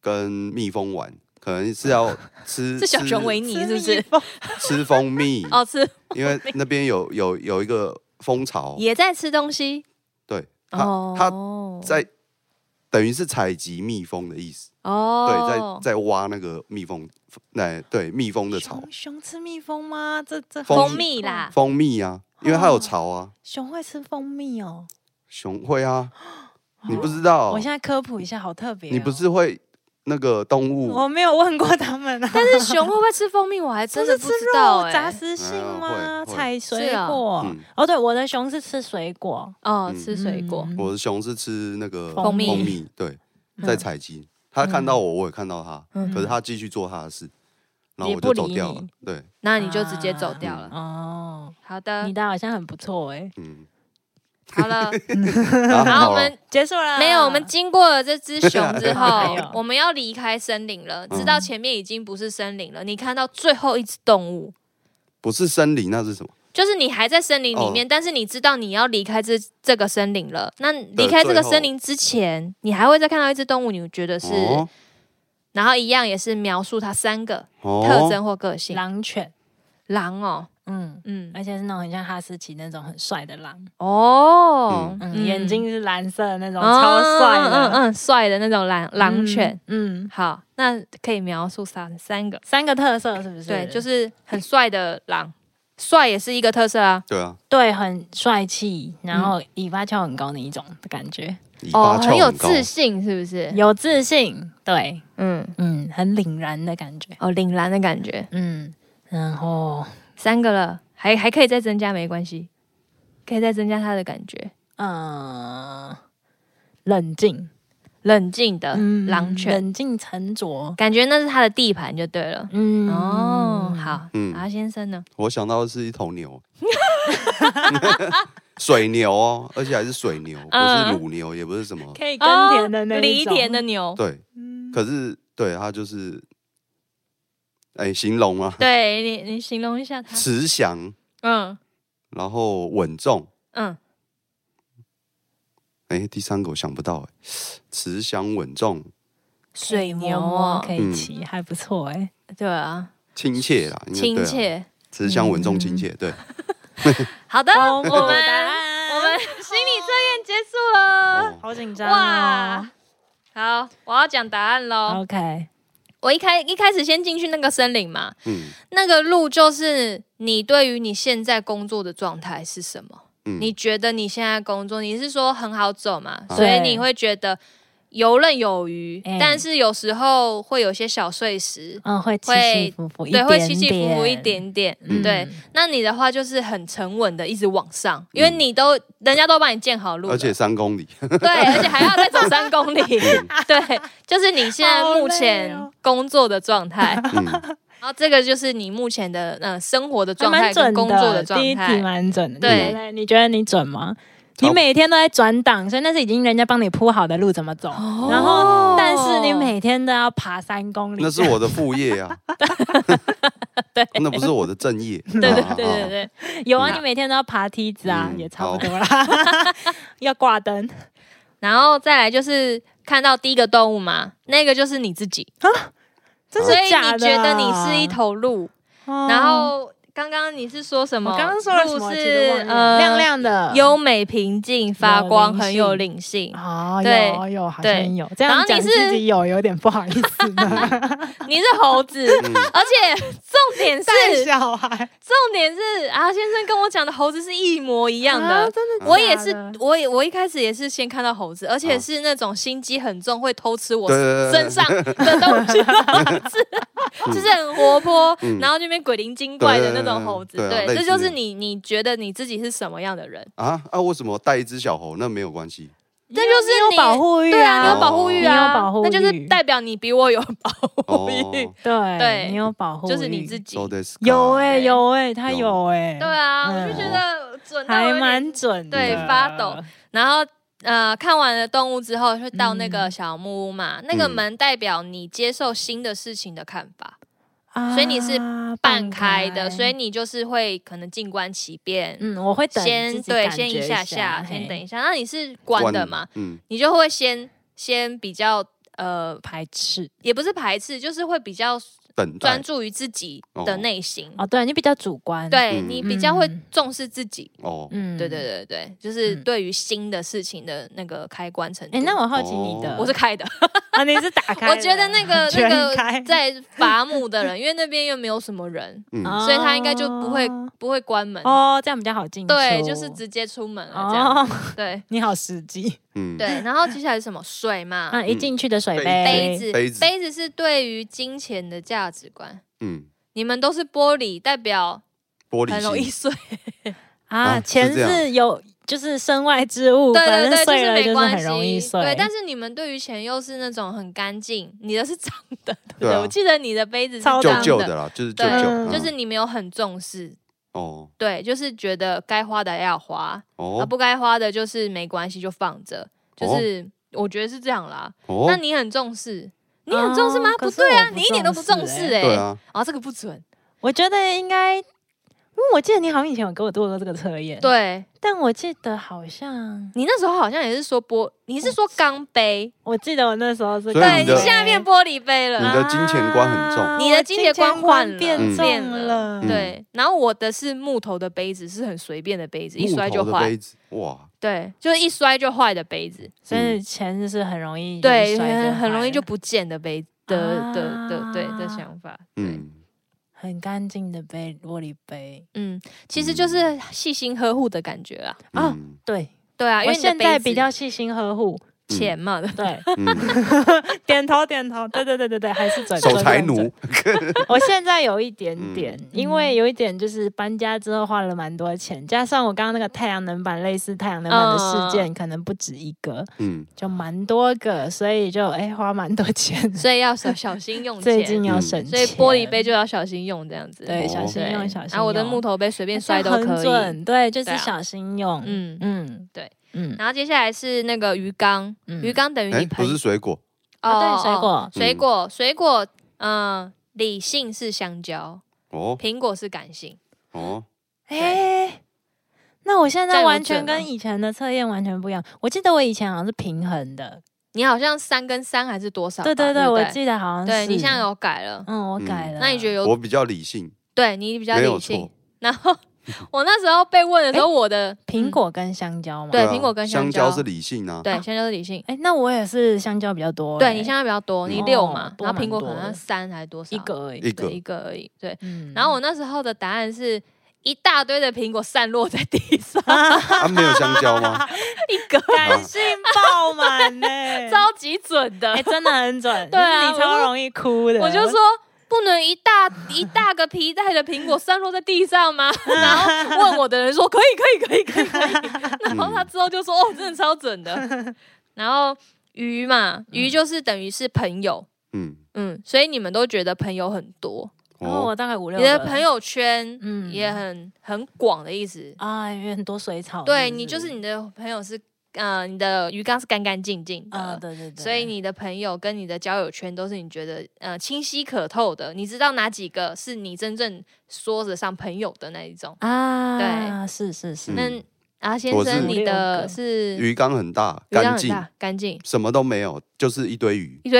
S3: 跟蜜蜂玩，可能是
S2: (laughs)
S3: 要吃
S2: 是小熊维
S3: 吃
S1: 吃
S2: 尼是不
S1: 蜜蜂
S2: 是？
S3: (laughs) 吃蜂蜜，
S2: (laughs) 哦，吃
S3: 因为那边有有有一个蜂巢，
S2: 也在吃东西
S3: 对，它它
S2: 哦，
S3: 在等于是采集蜜蜂的意思，
S2: 哦
S3: 对，在在挖那个蜜蜂，那对蜜蜂的巢，
S1: 熊熊吃蜜蜂吗？这这
S3: 蜂
S2: 蜂蜜啦，
S3: 蜂蜜啊，因为它有
S2: 哦
S3: 巢啊，
S1: 熊会吃蜂蜜哦。
S3: 熊
S2: (gasps)
S3: 会啊，你不知道
S2: 哦
S1: 我，现在科普一下，好特别哦。
S3: 哦你不是会那个动物
S2: 哦
S1: 我没有问过他
S2: (laughs)
S1: 们啊。
S2: 但
S1: (laughs)
S2: 是熊会不会吃蜂蜜？我还真的
S1: 是
S2: 不
S1: 吃
S2: 知道
S1: 肉杂
S2: 哎。
S1: 食性吗？
S3: 嗯会会
S1: 采水
S2: 是啊
S1: 果
S3: 嗯？
S1: 哦，对，我的熊是吃水果，
S2: 哦，
S3: 嗯
S2: 吃水果
S1: 嗯
S3: 我的熊是吃那个
S1: 蜂蜜
S3: 蜂蜜对，在采集。它看到我，我也看到它，
S2: 嗯
S3: 可是它继续做它的事，然后
S1: 也
S3: 我
S1: 不
S3: 就走
S1: 理
S3: 掉
S1: 你
S3: 了。对，
S2: 那你就直接走掉了。
S1: 哦。
S2: 好的
S1: 你，的好像很不错哎。
S2: (laughs)
S3: 嗯，啊
S2: 好了，
S3: 然
S2: 然后
S3: 后
S2: 我们
S1: 结束了
S2: 没有，我们经过了这只熊之后
S1: 没有，
S2: 我们要离开森林了。知道前面已经不是森林了，你看到最后一只动物，
S3: 不是森林，那是什么？
S2: 就是你还在森林里面，但是你知道你要离开这这个森林了。那离开这个森林之前，你还会再看到一只动物，你觉得是？
S3: 哦
S2: 然后一样也是描述它三个特
S3: 哦，
S2: 征或个性。
S1: 狼犬，
S2: 狼哦，
S1: 嗯，
S2: 嗯，
S1: 而且是那种很像哈士奇那种很帅的狼，
S2: 哦，
S1: 嗯，眼睛是蓝色的那种，
S2: 哦
S1: 超帅
S2: 嗯嗯
S1: 的
S2: 嗯，帅的那种狼狼犬。，
S1: 嗯，嗯
S2: 好，那可以描述三三个，
S1: 三个特色是不是？
S2: 对，就是很帅的狼，帅也是一个特色啊。
S3: 对啊，
S1: 对，很帅气，然后尾巴翘很高那一种的感觉，
S3: 尾
S2: 哦，
S3: 巴
S2: 很
S3: 翘
S2: 有
S3: 很高，
S2: 自信，是不是？
S1: 有自信，对，
S2: 嗯，
S1: 嗯，很凛然的感觉，
S2: 哦，凛然的感觉。
S1: 嗯，然后
S2: 三个了，还还可以再增加，没关系，可以再增加他的感觉，
S1: 嗯、呃冷静，
S2: 冷静的
S1: 嗯，
S2: 狼犬，
S1: 冷静沉着，
S2: 感觉那是他的地盘就对了。
S1: 嗯，
S2: 哦，好，
S3: 嗯
S2: 阿先生呢？
S3: 我想到的是一头牛， (laughs) 水牛哦，而且还是水牛，不是
S2: 嗯
S3: 乳牛，也不是什么。
S1: 可以耕田的那
S2: 哦
S1: 一
S2: 犁
S1: 种
S2: 田的，牛，
S3: 对，
S1: 嗯
S3: 可是对它就是，哎，形容啊，
S2: 对你你形容一下它，
S3: 慈祥，
S2: 嗯
S3: 然后稳重。
S2: 嗯，
S3: 哎，第三个我想不到，哎，慈祥稳重，
S2: 水牛
S1: 摸
S2: 哦，
S1: 可以骑，还不错哎。
S2: 对啊，
S3: 亲切啦，应该对
S2: 亲
S3: 啊，
S2: 切。嗯
S3: 慈祥稳重亲切，
S2: (laughs)
S3: 对。
S2: 好的，我们我
S1: 答
S2: 们
S1: 案
S2: 心理测验结束了，
S3: 哦
S1: 好紧张哦
S2: 哇。好，我要讲答案喽。
S1: OK，
S2: 我一开一开始先进去那个森林嘛，
S3: 嗯
S2: 那个路就是你对于你现在工作的状态是什么？
S3: 嗯，
S2: 你觉得你现在工作，你是说很好走嘛？
S3: 啊
S2: 所以你会觉得游刃有余，
S1: 哎
S2: 但是有时候会有些小碎石，
S1: 嗯，会起
S2: 会
S1: 起伏伏，一
S2: 对，会
S1: 点
S2: 起起伏伏一
S1: 点，
S2: 点点。
S1: 嗯
S2: 对，那你的话就是很沉稳的一直往上，因
S1: 嗯
S2: 为你都人家都帮你建好路了，
S3: 而且三公
S2: (laughs)
S3: 里，
S2: 对，而且还要再走三
S1: (laughs)
S2: 公里，对，就是你现在目前
S1: 好累哦
S2: 工作的状态，
S3: 嗯，
S2: 然后这个就是你目前的呃生活的
S1: 还
S2: 状态
S1: 蛮准
S2: 跟工作的
S1: 的。
S2: 状
S1: 第一题
S2: 态，
S1: 蛮准的，你
S2: 对
S1: 觉得你觉得你准吗？
S3: 差不多
S1: 你每天都在转档，所以那是已经人家帮你铺好的路怎么走，
S2: 哦
S1: 然后但是你每天都要爬三公里，
S3: 那是我的副业啊，
S2: (laughs)
S3: (laughs) 那不是我的正业，啊对
S2: 对对对对对。
S1: 有啊，
S2: 嗯
S1: 你每天都要爬梯子啊，
S3: 嗯
S1: 也差不多
S2: (laughs)
S1: 啦， (laughs) 要挂灯，
S2: 然后再来就是看到第一个动物嘛，那个就是你自己，
S1: 真
S2: 所
S1: 的
S2: 以
S1: 假的？
S2: 你觉得你是一，头鹿。
S1: 哦
S2: 然后刚刚你是说什么？
S1: 我刚刚说了什
S2: 鹿
S1: 么？其实
S2: 是
S1: 忘了
S2: 呃
S1: 亮亮的，
S2: 优美、平静、发光，
S1: 有灵性
S2: 很有灵性。
S1: 哦，
S2: 对
S1: 有有好
S2: 对
S1: 像有，这
S2: 然
S1: 样
S2: 后
S1: 讲
S2: 你是
S1: 自己有有点不好意思呢，
S2: 你是猴子，
S3: 嗯
S2: 而且重点
S1: 带
S2: (laughs)
S1: (laughs)
S2: 是，
S1: 小孩
S2: 重点是啊，先生跟我讲的猴子是一模一样
S1: 啊
S3: 嗯
S2: 的。
S1: 真的假的，
S2: 我也是，我也我一开始也是先看到猴子，而且
S3: 啊
S2: 是那种心机很重，会偷吃我
S3: 对对对嗯
S2: 身上的东
S3: (laughs)
S2: 西的猴子，就是很活泼，然后那边鬼灵精怪的那种猴子。
S3: 对对对对
S2: 对，
S3: 啊类
S2: 这
S3: 似
S2: 就是
S3: 那
S2: 你你觉得你自己是什么样的人？
S3: 啊啊！为什么带一只小猴？那没有关系，
S2: 这就是
S1: 你有
S2: 你
S1: 保护欲
S2: 对啊，你有
S3: 哦
S2: 保护欲
S1: 你
S2: 啊，
S1: 有保护欲
S2: 那就是代表你比 (laughs) 我有保护欲，
S3: 哦
S1: 对，
S2: 对
S1: 你有保护，
S2: (laughs) 就是你自。己。
S3: So this
S1: 有哎、
S2: 对
S1: 有哎、他有哎、
S2: 对啊，
S1: 嗯
S2: 我就觉得准到
S1: 还
S2: 有点
S1: 蛮准的，
S2: 对发抖。然后呃，看完了动物之后，会到那个小木屋嘛，那个
S3: 嗯
S2: 门代表你接受新的事情的看法，
S1: 啊
S2: 所以你是半开的，所
S1: 半开
S2: 以你就是会可能静观其变。
S1: 嗯，我会等
S2: 先
S1: 自己
S2: 对，
S1: 感觉
S2: 先
S1: 一
S2: 下下，
S1: 嘿
S2: 先等一下。那你是关的嘛？？
S3: 嗯，
S2: 你就会先先比较呃，
S1: 排斥
S2: 也不是排斥，就是会比较
S3: 等
S2: 专
S3: 待
S2: 注于自己
S3: 哦
S2: 的内心。
S1: 哦，对你比较主观，，
S2: 嗯对
S3: 嗯
S2: 你比较会
S1: 嗯
S2: 重视自己，
S3: 哦，
S1: 嗯
S2: 对对。对对，就是
S1: 嗯
S2: 对于新的事情的那个开关程度。
S1: 哎、那我好奇你的，
S2: 我是开的，
S1: 啊，你是打开的，
S2: 我觉得那个
S1: (laughs)
S2: 那
S1: 全开
S2: 个在伐木的人，因为那边又没有什么人，
S3: 嗯
S1: 哦
S2: 所以他应该就不会不会关门。
S1: 哦，这样比较好进出，
S2: 对，就是直接出门了这样。
S1: 哦，
S2: 对
S1: 你好实际
S3: 嗯，
S2: 对，然后接下来是什么水嘛？
S1: 啊，一进去的水
S2: 杯
S1: 杯，
S2: 子，
S3: 杯子
S2: 杯子是对于金钱的价值观。
S3: 嗯，
S2: 你们都是玻璃，代表
S3: 玻璃
S2: 很容易
S3: 心，
S1: (laughs)
S2: 碎。
S1: 啊，
S3: 啊
S1: 前
S3: 是这样
S1: 世有就是身外之物，
S2: 对
S1: 反正
S2: 对对，
S1: 碎
S2: 是
S1: 了
S2: 没
S1: 就是
S2: 关
S1: 很容易
S2: 系。
S1: 碎。
S2: 对，但是你们对于钱又是那种很干净，你的是 (laughs) 脏的，对不
S3: 对
S2: 对？
S3: 啊
S2: 我记得你的杯子是
S1: 超
S2: 脏
S3: 旧
S1: 脏
S3: 旧的啦，就是旧
S2: 对
S1: 啊
S3: 旧，
S2: 就是
S3: 嗯
S2: 你没有很重视，
S3: 哦
S2: 对，就是觉得该花的要花，啊，
S3: 哦
S2: 不该花的就是没关系就放着，就是我觉得是这样啦。那
S3: 哦，
S2: 你很重视，你
S1: 哦
S2: 很重视吗？
S1: 可
S2: 不
S1: 是
S2: 对
S1: 我
S2: 啊，
S1: 不
S2: 你一点都不重
S1: 重
S2: 视
S1: 视欸
S2: 哎。
S3: 对啊，
S2: 啊，这个不准。
S1: 我觉得应该，因为我记得你好像以前有给我做过这个测验，，
S2: 对
S1: 但我记得好像，
S2: 欸你那时候好像也是说玻，你是说
S1: 哦
S2: 钢杯，
S1: 我记得我那时候是
S3: 所以
S2: 对
S3: 你
S2: 你
S3: 的
S2: 下面玻璃杯
S3: 你
S2: 了。啊
S3: 的金钱观很重嗯
S1: 啊
S2: 你的金钱观换了
S1: 我金钱观变
S2: 变
S1: 重
S2: 了
S1: 了，
S2: 对，然后我的是木头的杯子，是很随便的杯子，一
S3: 木
S2: 摔就
S3: 头的
S2: 坏
S3: 杯。子，哇，
S2: 对，就是一摔就坏的杯子。
S1: 所以钱就是很容易
S2: 对，
S1: 摔得
S2: 很很容易就
S1: 坏
S2: 不见的杯的的的
S1: 啊
S2: 对的想法。嗯
S3: 嗯，
S1: 很干净的杯玻璃杯。
S2: 嗯，其实就是细心呵护的感觉啦。
S1: 啊
S3: 嗯
S1: 对，
S2: (laughs) 对啊，因
S1: 我
S2: 为你的
S1: 现在
S2: 杯子
S1: 比较细心呵护，
S2: 钱嘛，
S1: 对， (laughs)
S3: 嗯，
S1: 点头点头，对对对对对，还是准
S3: 守财。
S1: 准
S3: 奴
S1: 准，
S2: (laughs)
S1: 准我现在有一点点，因为
S2: 嗯
S1: 有一点就是搬家之后花了蛮多钱，加上我刚刚那个太阳能板类似太阳能板的事
S2: 嗯
S1: 件，可能不止一个，
S3: 嗯，
S1: 就蛮多个，所以就哎、花蛮多
S2: (laughs)
S1: 钱， (laughs)
S2: 所以要小小心用
S1: 最
S2: 钱。
S1: 近要省钱，
S2: 嗯所以玻璃杯就要小心用，这样子。
S1: 对
S3: 哦
S1: 小心
S2: 对，啊
S1: 用小心用。哎
S2: 然后我的木头杯随便摔都
S1: 这
S2: 可
S1: 很
S2: 以。
S1: 准，对，就是
S2: 对啊
S1: 小心用。嗯
S2: 嗯，
S1: 嗯，
S2: 对，
S1: 嗯
S2: 然后接下来是那个鱼缸，
S1: 嗯
S2: 鱼缸等于
S3: 哎、
S2: 你
S3: 不
S2: 盆
S3: 是水果，
S2: 哦
S1: 啊，对，水
S2: 哦
S1: 果，
S2: 水果，水果，嗯，理性是香蕉，
S3: 哦
S2: 苹果是感性。
S3: 哦，
S1: 哎、那我现
S2: 这
S1: 在
S2: 样有
S1: 完全
S2: 准吗
S1: 跟以前的测验完全不一样。我记得我以前好像是平衡的，
S2: 你好像三跟三还是多少吧？
S1: 对对
S2: 对
S1: 对，
S2: 不
S1: 我
S2: 对，
S1: 记得好像是。
S2: 对你现在有改了，
S1: 嗯，我改了。
S2: 那你觉得有
S3: 我比较理性，
S2: 对你比较
S3: 没有
S2: 理性
S3: 错？，
S2: (laughs) 然
S3: (laughs)
S2: 后我那时候被问的时候，我的
S1: 苹果跟香蕉吗？
S2: 嗯对
S3: 啊
S2: 苹果跟香
S3: 香
S2: 蕉
S3: 是理性
S2: (laughs)
S3: 啊，
S2: 对香蕉是理性，
S1: 哎、那我也是香蕉比较多、
S2: 对
S1: 哎
S2: 你香蕉比较多，你
S3: 嗯
S2: 六
S1: 哦
S2: 嘛，
S1: 多
S2: 然后苹
S1: 蛮
S2: 果可
S1: 多
S2: 能
S1: 的
S2: 三还是多少
S1: 一个而
S3: 一
S1: 已。
S2: 对
S3: 个
S2: 一个而已，对。
S1: 嗯
S2: 然后我那时候的答案是一大堆的苹果散落在地
S1: (laughs)
S2: 上，
S1: 哎
S3: 啊，没有香蕉吗？
S2: 一个
S1: 感性爆 (laughs) 满呢、
S2: (laughs) 超级准的
S1: 哎、。啊真的很准，
S2: (laughs) 对啊
S1: 你超容易哭的。
S2: 我就说不能一大一大个皮带的苹果散落在地
S1: (laughs)
S2: 上吗？然后问我的人说可以可以可以可以可以， (laughs) 然后
S3: 嗯
S2: 他之后就说哦，真的超准的。然后鱼嘛，鱼就是等于是朋友，
S3: 嗯，
S2: 嗯，所以你们都觉得朋友很多，
S1: 然后
S3: 哦
S1: 我大概五六
S2: 你
S1: 个
S2: 的朋，友圈
S1: 嗯
S2: 也很很广的意思。
S1: 啊，有很多水草。
S2: 对
S1: 不
S2: 你就是你的朋友是呃，你的鱼缸是干干净净
S1: 啊、
S2: 的，
S1: 对对对，
S2: 所以你的朋友跟你的交友圈都是你觉得呃清晰可透的，你知道哪几个是你真正说得上朋友的那一种。
S1: 啊，对，是是是，
S2: 那
S3: 嗯
S2: 啊，先
S3: 我是
S2: 生，你
S1: 五六
S2: 的
S1: 个
S2: 是
S3: 鱼缸很大，
S2: 鱼量
S3: 干
S2: 很
S3: 净，
S2: 大，干净
S3: 什么都没有，就是一堆鱼，
S2: 一堆，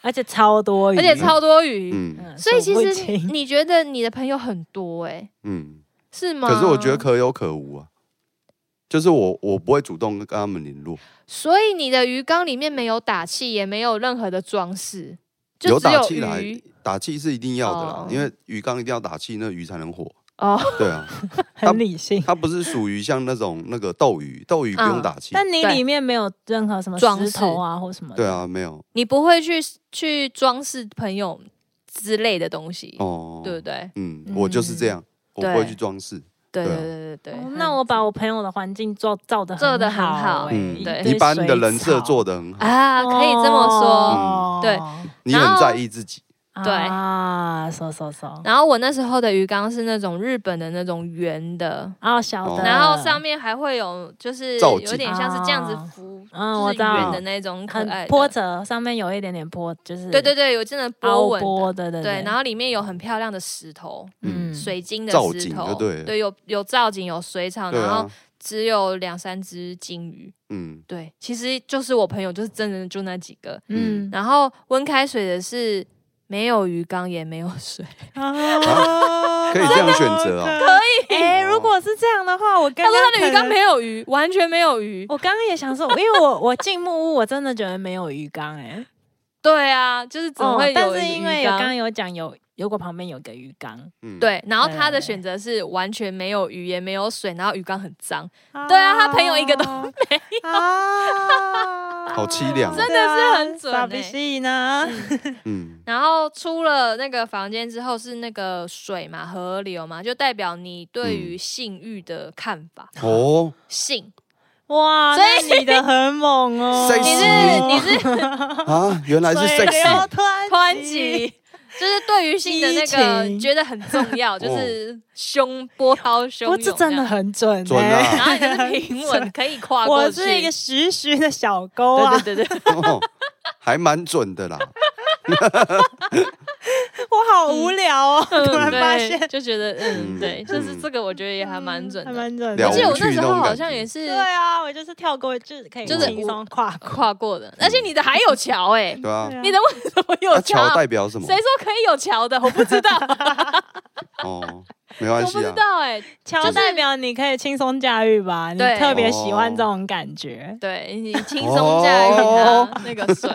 S1: 而且数不清
S2: 而且超多鱼，
S3: 嗯
S1: 嗯，
S2: 所以其实
S1: 实
S2: 你觉得你的朋友很多哎，
S3: 嗯，
S2: 是吗？
S3: 可是我觉得，可有可无啊，就是我我不会主动跟他们联络，
S2: 所以你的鱼缸里面没有打气，也没有任何的装饰，就
S3: 有
S2: 只
S3: 打气来
S2: 鱼，
S3: 打气是一定要的啦，
S2: 哦
S3: 因为鱼缸一定要打气，那鱼才能活。
S2: 哦，
S3: 对啊，
S1: 很理性，
S3: 它不是属于像那种那个斗鱼，斗鱼不用打气。
S1: 但你
S2: 对
S1: 里面没有任何什么
S2: 装
S1: 石
S2: 饰
S1: 头啊或什么的，
S3: 对啊，没有
S2: 你不会去去装饰朋友之类的东西，
S3: 哦，
S2: 对不对？
S3: 嗯，
S1: 嗯
S3: 我就是这样，我不会
S2: 对
S3: 去装饰。
S2: 对
S3: 对
S2: 对
S3: 啊
S2: 对对对。
S1: 哦。
S2: 很
S1: 那我把我朋友的环境做造的
S2: 嗯做得
S1: 的
S2: 很好
S1: 好欸，
S3: 嗯
S1: 一，
S2: 对
S1: 堆
S3: 你把你的
S1: 水
S3: 人设
S1: 草
S3: 做嗯得很好，
S2: 啊，可以这么说。
S1: 哦
S2: 对
S3: 你很在意自己。
S2: 对
S1: 啊，收收收，
S3: 嗯
S2: 然后我那时候的鱼缸是那种日本的那种圆的，
S1: 哦小
S3: 哦
S1: 的，
S2: 然后上面还会有就是
S3: 造景
S2: 有点像是这样子
S1: 啊
S2: 浮，
S1: 嗯
S2: 就
S1: 我
S2: 是
S1: 知道嗯
S2: 圆的那种很可爱
S1: 很
S2: 的
S1: 波。折，上面有一点点波，就是
S2: 对对对，有真的波
S1: 嗯凹
S2: 纹的。
S1: 波，对对
S2: 对，然
S1: 后
S2: 后里面有很漂亮的石头，
S3: 嗯
S2: 水晶的
S3: 造
S2: 石
S3: 景
S2: 头
S3: 就，对了
S2: 有有造景，有水草，
S3: 对
S2: 然后
S3: 啊，
S2: 只有两三只金鱼。
S3: 嗯，
S2: 对，其实就是我朋友，就是真的就那几个。
S1: 嗯
S2: 然后温开水的是没有鱼缸，也没有
S1: (laughs)
S2: 水。
S1: 啊
S3: 嗯可以这样选择啊
S1: 可以。哎，如果是这样的话，我刚刚
S2: 他说他的鱼
S1: 可能
S2: 缸没有鱼，完全没有鱼。
S1: 我刚刚也想说，因为我我进木屋，我真的觉得没有鱼缸哎、欸，
S2: 对啊，就是怎么会有、
S1: 哦但是因为
S2: 鱼
S1: 有
S2: 缸
S1: 刚刚有讲有，如果旁边有个鱼缸，
S3: 嗯，
S2: 对，然后他
S1: 对
S2: 的
S1: 啊
S2: 选择是完全没有鱼，也没有水，然后鱼缸很脏，对啊他朋友一个都
S1: 没有，啊
S3: 好凄凉哦
S2: 真的是很准
S1: 傻
S2: 欸
S1: 逼戏呢，
S3: 嗯，
S2: 然后出了那个房间之后是那个水嘛，河流嘛，就代表你
S1: 嗯
S2: 对于性欲的看法。
S3: 哦，
S1: (laughs)
S2: 性，
S1: 哇，
S2: 所
S1: 那你的很猛
S3: (laughs)
S1: 哦，
S3: sexy
S2: 你是你是
S1: (laughs)
S3: 啊，原来是
S1: 水流
S3: sexy，
S1: 湍
S2: 湍
S1: 急，
S2: 急，就是对于性的那
S1: 激情
S2: 个觉得很重
S1: (laughs)
S2: 要，就是胸波涛汹
S1: 我
S2: 涌
S1: 这
S2: 样。
S1: 真的很准、欸，
S3: 准
S2: 然 (laughs)
S3: 啊！
S2: 后
S1: (laughs)
S2: 你就是平稳可以跨过
S1: 我
S2: 去。
S1: 是一个徐徐的小沟啊，
S2: 对对对对，
S3: 哦还蛮准的啦。
S1: 我好无聊哦，
S2: 嗯
S1: (laughs) 突然发
S2: 对
S1: 现
S2: 就觉
S1: (laughs)
S2: 得嗯，
S3: 嗯
S2: 对，就是
S3: 嗯
S2: 这个，我觉得也还蛮准
S1: 还
S2: 的。
S1: 蛮准的，
S3: 了
S2: 而且
S3: 无
S2: 我那
S3: 趣
S2: 时
S3: 那
S2: 候
S3: 种
S2: 好
S3: 感
S2: 像
S3: 觉
S2: 也是
S1: 对啊，我就是跳过，就是可以
S2: 就是
S1: 轻松跨过。
S2: 跨过的，而且你的还有桥哎，
S3: 对啊，
S1: 对啊
S2: 你的为什么
S3: 那
S2: 有
S3: 桥
S2: 桥？
S3: 代表什么 (laughs)
S2: 谁？说可以有桥的？我不知道。
S3: 哦，没关
S2: 我不
S3: 系
S2: 知
S3: 啊。
S2: 道哎、
S1: 乔代表你可以轻松驾驭吧，你
S2: 对
S1: 特别喜欢这种感
S2: (laughs)
S1: 觉，
S2: 对你轻松驾驭它
S3: 哦
S2: 那个水，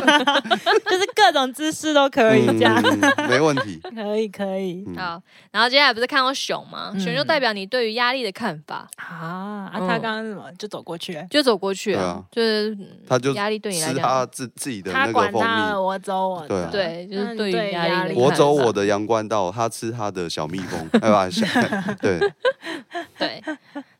S1: 就是各种姿势都可以这样，
S3: 嗯没问题。
S1: 可以可以
S3: 嗯，
S2: 好，然后接下来不是看到熊吗？
S1: 嗯
S2: 熊就代表你对于压力的看法，
S1: 啊啊！
S2: 嗯
S1: 他刚刚怎么就走过去了？
S2: 就走过去
S3: 对
S2: 啊
S3: 啊，
S2: 就是
S3: 他就
S2: 压力对你来
S3: 吃
S2: 讲，
S3: 他自自己的那
S1: 他
S3: 个
S1: 管
S3: 蜂
S1: 他了，
S3: 蜜，
S1: 我走我
S3: 对啊
S1: 的。
S2: 对，就
S1: 那
S2: 是
S1: 你
S2: 对于
S1: 对
S2: 压
S1: 压
S2: 力的
S1: 力
S2: 看法。
S3: 我走我的阳关道，他吃他的小蜜
S1: (laughs)
S3: 蜂，哎吧？小对，
S2: 对，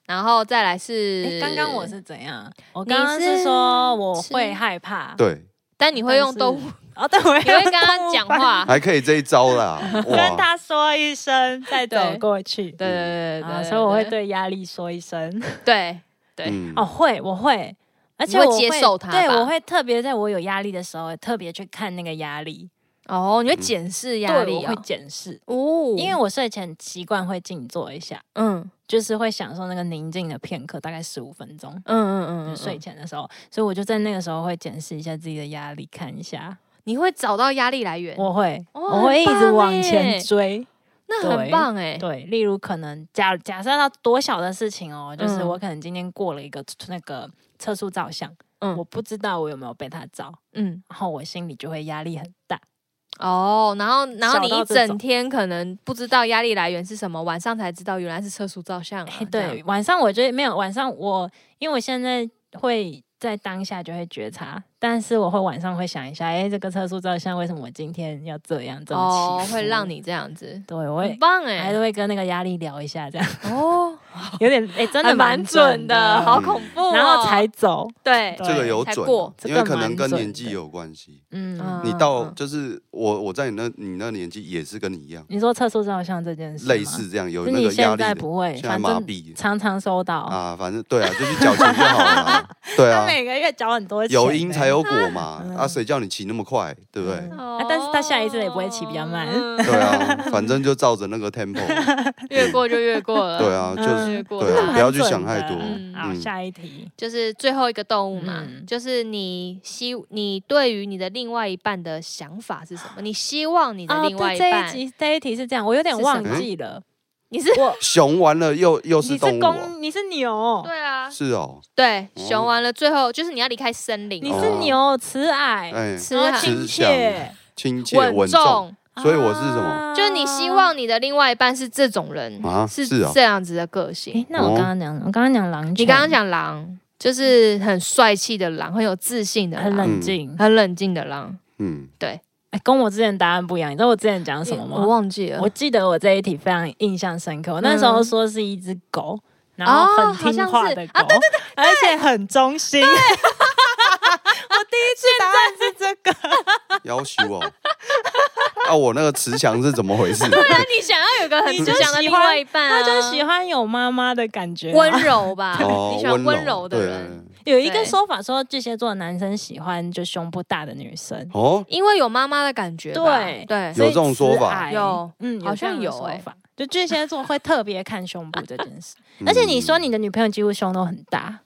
S2: 然后再来是
S1: 诶刚刚我，是怎样？我
S2: 你
S1: 刚刚
S2: 是
S1: 是说我会
S2: 吃
S1: 害怕，
S3: 对，
S2: 但你会用
S1: 但是
S2: 动物，
S1: 哦，对，我
S2: (laughs) 你会跟他讲话，
S3: 还可以这一
S1: (laughs)
S3: 招啦，
S1: 跟
S3: 哇，
S1: 他说一声，再走
S2: 对
S1: 过去。
S2: 对对对对
S1: 啊，
S2: 对，
S1: 所以我会对压力说一声。
S2: 对对
S3: 嗯
S1: 哦，，会，我会，而且
S2: 会
S1: 我
S2: 接受它
S1: 对，
S2: 吧
S1: 我会特别在我有压力的时候，特别去看那个压力，
S2: 哦，你会检视压
S1: 对
S2: 力
S1: 我
S2: 啊
S1: 会，检视，
S2: 哦，
S1: 因为我睡前习惯会静坐一下，
S2: 嗯
S1: 就是会享受那个宁静的片刻，大概十五分钟。
S2: 嗯嗯嗯
S1: 就
S2: 嗯，
S1: 是睡
S2: 睡，
S1: 前的时候，所以我就在那个时候会检视一下自己的压力，看一下，
S2: 你会找到压力来源，
S1: 我会，
S2: 哦
S1: 我会一
S2: 很
S1: 直
S2: 棒
S1: 往
S2: 欸
S1: 前追，
S2: 那很
S1: 对
S2: 棒哎，
S1: 对，例如可能假假设到多小的事情哦，就是
S2: 嗯
S1: 我可能今天过了一个那个测速照相，
S2: 嗯
S1: 我不知道我有没有被他照，
S2: 嗯，
S1: 然后我心里就会压力很大。
S2: 哦，然后然后
S1: 小
S2: 你
S1: 到
S2: 一
S1: 这
S2: 整
S1: 种
S2: 天可能不知道压力来源是什么，晚上才知道原来是测速照相啊
S1: 哎、，
S2: 这样
S1: 对，，晚上我觉得没有，晚上我因为我现在会在当下就会觉察，但是我会晚上会想一下，哎、这个测速照相为什么我今天要这样这么
S2: 哦
S1: 起，伏？
S2: 会让你这样子，
S1: 对，我
S2: 很
S1: 会。
S2: 棒
S1: 还
S2: 哎
S1: 是，会跟那个压力聊一下，
S2: (laughs)
S1: 这样 (laughs)
S2: 哦，
S1: 有点哎、真
S2: 还
S1: 的
S2: 蛮
S1: 准
S2: 准的，好恐怖哦，
S1: 然后才走，
S2: 对
S1: 对
S3: 这个有
S2: 才
S3: 准
S2: 过
S3: 啊，
S1: 这
S3: 因
S1: 个
S3: 为可能
S1: 蛮
S3: 跟
S1: 准
S3: 年纪
S1: 的
S3: 有关系。
S1: 嗯，
S3: 你到
S2: 嗯
S3: 就是我我在你那你那年纪也是跟你一样，
S1: 你说测速照相这件事吗，
S3: 类似这样有
S1: 是
S3: 那
S1: 你
S3: 个压
S1: 现
S3: 力
S1: 在
S3: 的
S1: 不会，
S3: 现在
S1: 反
S3: 麻
S1: 正
S3: 痹
S1: 常常收到。
S3: 啊，
S1: (laughs)
S3: 反正对啊，就是缴钱就好了啦，对
S1: 他
S3: 啊，
S1: 每个月缴很多钱、
S3: 有因才
S1: (laughs)
S3: 有果
S1: 啊
S3: 嘛，
S1: 嗯
S3: 啊，谁叫你骑那么快，对不对
S1: 嗯？啊但是他下一次也不会骑比较慢
S2: 哦
S3: (laughs) 对
S1: (laughs)
S3: 啊，反正就照着那个 tempo，
S2: 越过就越过了。
S3: (laughs) 对啊，就
S1: 嗯
S3: 是
S2: 越过
S3: 对
S1: 真的
S3: 啊
S1: 蛮
S3: 不要去
S1: 准
S3: 想太
S1: 的
S3: 多
S1: 嗯好，
S3: 嗯
S1: 下一题，
S2: 就是最后一个动物嘛，
S1: 嗯
S2: 就是你希你对于你的另外一半的想法是什么？你希望你的另外
S1: 啊对，
S2: 一
S1: 这
S2: 半，
S1: 一集这一题是这样，我有点忘记了。
S2: 你是
S1: 我
S3: 熊完了又又
S1: (laughs) 你
S3: 嗯是
S1: 是
S3: 动物哦，
S1: 公，你是牛，
S2: 对啊，
S3: 是哦，
S2: 对，
S3: 哦
S2: 熊完了最后就是你要离开森林
S1: 你
S2: 了，
S1: 是牛，慈
S2: (laughs)
S1: 爱，
S3: 哎，
S2: 吃
S1: 然后
S2: 海
S1: 亲切，
S3: 亲切稳重，
S2: 重，
S3: 所以我是什么？
S1: 啊
S2: 就是你希。望你的另外一半是这种人
S3: 啊
S2: 是
S3: 是哦
S2: 这样子的个性
S1: 哎，。那
S3: 哦
S1: 我刚刚讲，我刚刚讲狼犬，
S2: 你刚刚讲狼，就是很帅气的狼，很有自信的
S1: 很
S2: 狼，
S1: 冷静，
S2: 很冷静的狼。
S3: 嗯，
S1: 哎，跟我之前答案不一样。你知道我之前讲什么吗？
S2: 我忘记了。
S1: (laughs)
S2: 嗯
S1: 我记得我这一题非常印象深刻，我那时候说是一只狗。然后很听话的狗，
S2: 哦好像是啊对啊
S1: 对对，而且很忠心。我第一次答案是这个，
S3: 要
S1: (laughs)
S3: 求哦，啊，我那个慈祥是怎么回事？
S2: 那你想要有个很
S1: 你就
S2: 慈祥的
S1: 喜
S2: 另
S1: 欢
S2: 外一半、
S1: (laughs)
S2: 啊，
S1: 他就喜欢有妈妈的感觉啊。
S2: 温柔吧？
S3: 哦
S2: 你喜欢温柔
S3: 柔
S2: 的
S3: 对
S2: 人，
S1: (laughs) 有一个
S2: 对
S1: 说法说巨蟹座的男生喜欢就胸部大的女生，
S3: 哦，
S2: 因为有妈妈的感觉吧。
S1: 对
S2: 对
S3: 有这种
S1: 所
S3: 说法
S1: 以慈爱
S2: 有
S1: 嗯，
S2: 好像
S1: 这样的
S2: 有
S1: 说
S2: 欸
S1: 法。就巨蟹座会特别看胸部这件事， (laughs)
S3: 嗯
S1: 而且你说你的女朋友几乎胸都很大，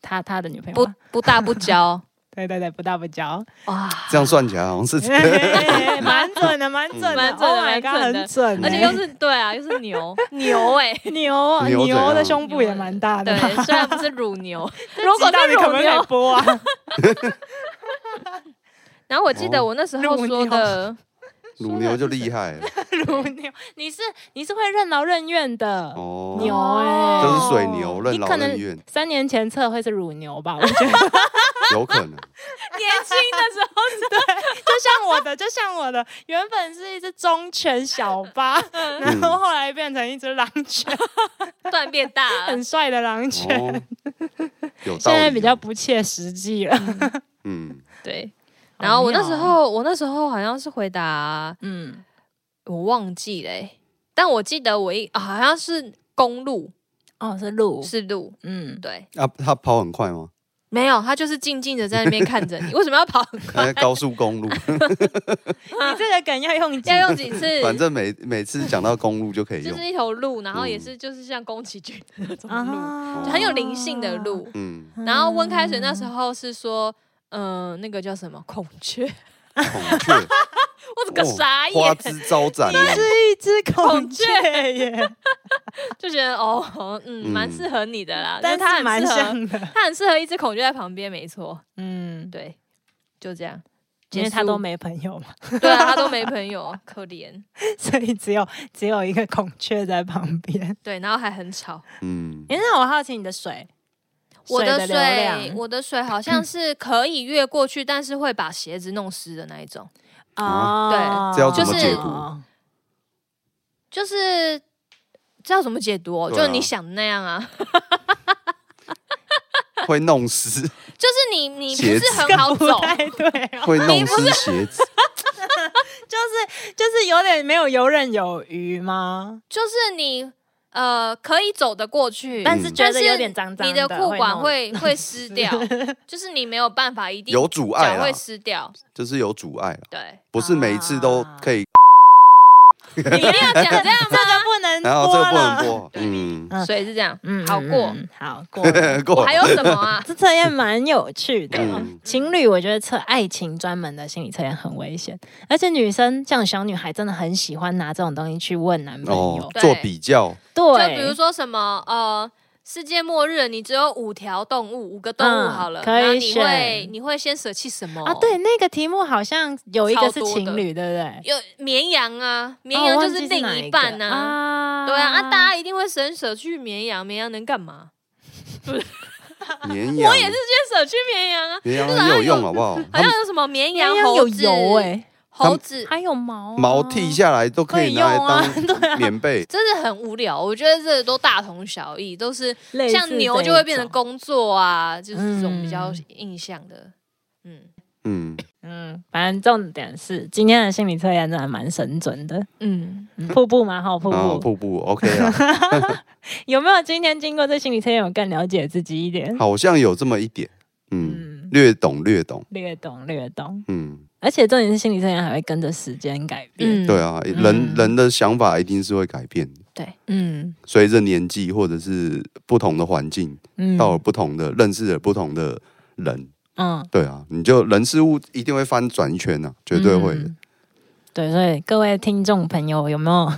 S1: 他他的女朋友
S2: 不
S1: 吗
S2: 不大不
S1: (laughs)
S2: 娇
S1: 对对对，不大不娇。
S3: (laughs)
S2: 哇，
S3: 这样算起
S1: (laughs)
S3: 来好像
S1: 啊
S3: 是
S1: 蛮准的，蛮准的，
S2: 蛮准的
S1: Oh my god，
S2: 蛮准的
S1: 很准
S3: 嗯
S1: 欸，
S2: 而且又是对啊，又是
S1: (laughs)
S2: 牛牛哎、
S1: 牛哦
S3: 牛哦怎
S1: 牛的
S3: 样
S1: 胸部也蛮大的
S2: 对
S1: 嘛。，
S2: 虽然不是乳
S1: (laughs)
S2: 牛，如果
S1: 到底
S2: 是
S1: 可不
S2: 乳
S1: 可 (laughs) 以
S2: 牛，
S1: 播啊？
S2: 然后我记
S1: 哦
S2: 得我那时候
S1: 乳牛 (laughs)
S2: 说的，
S3: 乳牛就厉害了，
S1: 乳牛， (laughs) 你是你是会任劳任怨的，
S3: 哦，
S1: 啊牛
S2: 哦
S1: 哎，
S3: 就是水牛，任
S1: 你
S3: 劳
S1: 可
S3: 任
S1: 能
S3: 怨，
S1: 三年前测会是乳牛吧？我觉得就
S3: 有
S1: (laughs)
S3: 可能。
S2: 年轻的时候
S1: 像我的，就像我的，原本是一只忠犬小巴，然后后来变成一只狼犬，
S2: (laughs) 突然变大了
S1: 很，帅的狼犬，
S3: 哦，有
S1: (laughs) 现
S3: 道理。哦
S1: 在比较，不切实际了。
S3: 嗯，
S2: 对。然后我那时
S1: 好妙哦，
S2: 候，我那时候好像是回答
S1: 嗯，
S2: 我忘记了欸、但我记得我一、啊好像是公路
S1: 哦，是鹿，
S2: 是路，
S1: 嗯，
S2: 对，
S3: 啊，他跑很
S1: (laughs)
S3: 快吗？
S2: 没有，他就是静静的在那边看着你，为什么要
S3: (laughs)
S2: 跑？
S3: 他在哎高速
S1: (laughs)
S3: 公路，
S1: 你这个梗要用几
S2: (laughs) 要用几次？
S3: 反正每每次讲到公路就可以
S2: 就
S3: 用
S2: 是。一条路，然后也
S3: 嗯
S2: 是就是像宫崎骏的那种路，
S1: 啊
S2: 就很有灵性的路。
S3: 嗯，
S2: 然后温开水呃 (laughs) 那时候是说，嗯、那个叫什么孔雀，
S3: 孔雀，
S1: 我
S2: (laughs)
S1: 整个
S3: 哦
S1: 傻
S3: 花
S1: 眼，
S3: 枝招展啊，
S4: 是一只孔
S2: 孔
S4: 雀
S1: (laughs)
S4: 耶，
S2: 就觉得哦，嗯，蛮
S3: 嗯
S2: 适合你的啦，
S4: 但
S2: 就它
S4: 是蛮
S2: 很适合，
S4: 像的。
S2: 它很适合一只孔雀在旁边，没错，
S4: 嗯，
S2: 对，就这样，
S1: 因为
S2: 结
S1: 他都
S4: (laughs)
S2: 束
S1: 没朋友嘛，
S2: 对啊，它都没朋友，可怜，
S4: 所以只有只有一个孔雀在旁
S2: (laughs)
S4: 边。
S2: 对，然后还很吵，
S3: 嗯，
S1: 哎、那我好奇你的水，
S2: 我
S1: 的
S2: 的
S1: 流
S2: 水，
S1: 量
S2: 我的水好像是可以越过去，但是会把鞋子弄湿的那一种，
S1: 哦
S3: 对啊这要怎
S2: 么解
S3: 读
S1: 哦
S2: 就是知道怎么解读、哦，
S3: 对啊
S2: 就你想的那样啊， (laughs)
S3: 会弄湿，
S2: 就是你你不
S3: 鞋
S2: 是
S3: 子
S2: 很好
S4: 这个
S2: 走
S4: 不，太对
S1: (laughs)
S4: 哦，
S3: 会弄湿鞋子，
S4: 就是就是有点没有游刃有余吗？
S2: 就是你呃可以走得过去，
S1: 但是
S3: 嗯
S1: 觉得
S2: 但是
S1: 有点脏脏
S2: 你的裤管
S1: 弄
S2: 会会湿掉，
S1: (laughs)
S2: 就是 (laughs) 你没有办法，一定
S3: 有阻碍
S2: 脚
S3: 啦
S2: 会，湿掉。
S3: 就是有阻碍啦，
S2: 对，
S3: 不是每一次都
S2: 啊
S3: 可以，
S2: 你一定要讲这样
S4: 这个不能
S3: 然后这
S4: 播
S3: 个不能
S4: 了。
S3: 播，嗯，
S2: 吗？所以是这样，
S1: 嗯，
S2: 好过。
S1: 嗯嗯好过了。
S3: (laughs) 过
S2: 还有什么啊？
S1: 这测验蛮有趣的。
S3: 嗯
S1: 情侣，我觉得测爱情专门的心理测验很危险，而且女生像小女孩真的很喜欢拿这种东西去问男朋友。
S3: 哦，
S2: 对
S3: 做
S2: (laughs)
S3: 比较，
S1: (laughs) 对，
S2: 就比如说什么呃。世界末日，你只有五条动物，五个动物
S1: 嗯
S2: 好了，
S1: 可以
S2: 那你
S1: 选
S2: 会你会先舍弃什么
S1: 啊，对，那个题目好像有一个是
S2: 哦超多的
S1: 情侣，对不对？
S2: 有绵羊啊，绵
S1: 哦
S2: 羊
S1: 我
S2: 就
S1: 忘记
S2: 另
S1: 哪
S2: 一
S1: 个
S2: 半呐、
S1: 啊
S2: 对啊，啊，大家一定会先舍去绵羊，绵羊能干嘛？
S3: 绵羊，
S2: 我也是先舍去绵羊啊，
S3: 绵羊很有用，好
S2: (laughs)
S3: 不好？
S2: 好
S3: 它
S2: 像
S3: 们
S2: 有什么绵羊、
S1: 鸯
S2: 猴
S1: 有
S2: 子、
S1: 油哎，
S2: 猴子，
S1: 还有毛啊
S3: 毛剃下来都可以拿来
S2: 啊 (laughs)
S1: 可以
S3: 当棉被，
S2: 真的很无聊。我觉得这都大同小异，都是
S1: 类似
S2: 像牛
S1: 这
S2: 就会变成
S1: 一种
S2: 工作啊，就是这种比较
S1: 嗯
S2: 印象的。嗯
S3: 嗯，
S1: 嗯，反正重点是今天的心理测验真的蛮神准的。
S2: 嗯，
S3: (laughs)
S1: 嗯瀑布蛮好，瀑
S3: 然后
S1: 布
S3: 瀑布
S2: (laughs)
S3: OK 啊，
S1: 有没有今天经过这心理测验，有更了解自己一点？
S3: 好像有这么一点，嗯，
S1: 嗯，
S3: 略懂略懂，
S1: 略懂略懂。
S3: 嗯，
S1: 而且重点是心理测验还会跟着时间改变。
S2: 嗯
S3: 对啊，人人的想法一定是会改变的，
S1: 嗯
S3: 随着年纪或者是不同的环境，
S1: 嗯
S3: 到了不同的认识了不同的人，
S1: 嗯，
S3: 对啊，你就人事物一定会翻转一圈啊，绝对会的。
S1: 嗯对，所以各位听众朋友，有没有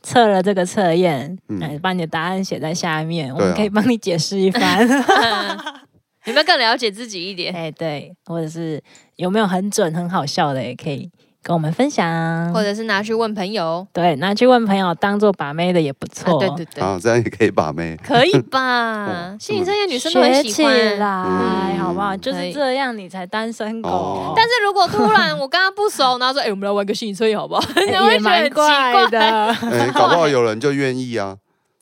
S1: 测了这个测验？
S3: 嗯
S1: 嗯，把你的答案写在下面，我
S3: 对
S1: 们
S3: 啊
S1: 可以帮你解释一番。
S2: 有没有嗯更了解自己一点，
S1: 哎，对，或者是有没有很准、很好笑的，也可以跟我们分享。
S2: 或者是拿去问朋友？
S1: 对，拿去问朋友当做把妹的也不
S2: 啊
S1: 错。
S2: 对对对，
S3: 啊，这样也可以把妹，
S2: 可以吧
S3: 哦？
S2: 心理测验女生都
S1: 学
S2: 很
S1: 起
S2: 喜欢。
S1: 来，
S3: 嗯
S1: 好不好？就
S2: 可以
S1: 是这样，你才单身狗
S3: 哦。
S2: 但是如果突然我跟他不熟，然后说：“哎，我们来玩个心理测验好不好？” (laughs) 你
S1: 哎
S2: 会
S1: 也
S2: 觉得很
S1: 蛮
S2: 奇怪
S1: 怪，的。 (laughs)
S3: 哎、搞不好有人就愿意啊，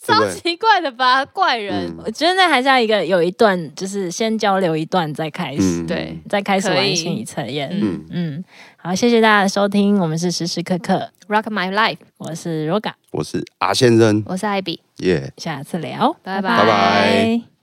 S3: 对
S2: 超
S3: 不对？
S2: 奇怪的吧？怪人。
S1: 我
S3: 嗯
S1: 觉得那还是要一个有一段，就是先交流一段再开始，
S2: 对，
S1: 再开始
S2: 可
S1: 玩
S2: 以
S1: 心理测验。
S2: 嗯
S3: 嗯，
S1: 嗯，好，谢谢大家的收听，我们是时时刻刻，
S2: Rock my life，
S1: 我是 Roga，
S3: 我是阿先生，
S2: 我是艾比。
S3: 耶、
S1: 下次聊，
S2: 拜拜
S3: 拜拜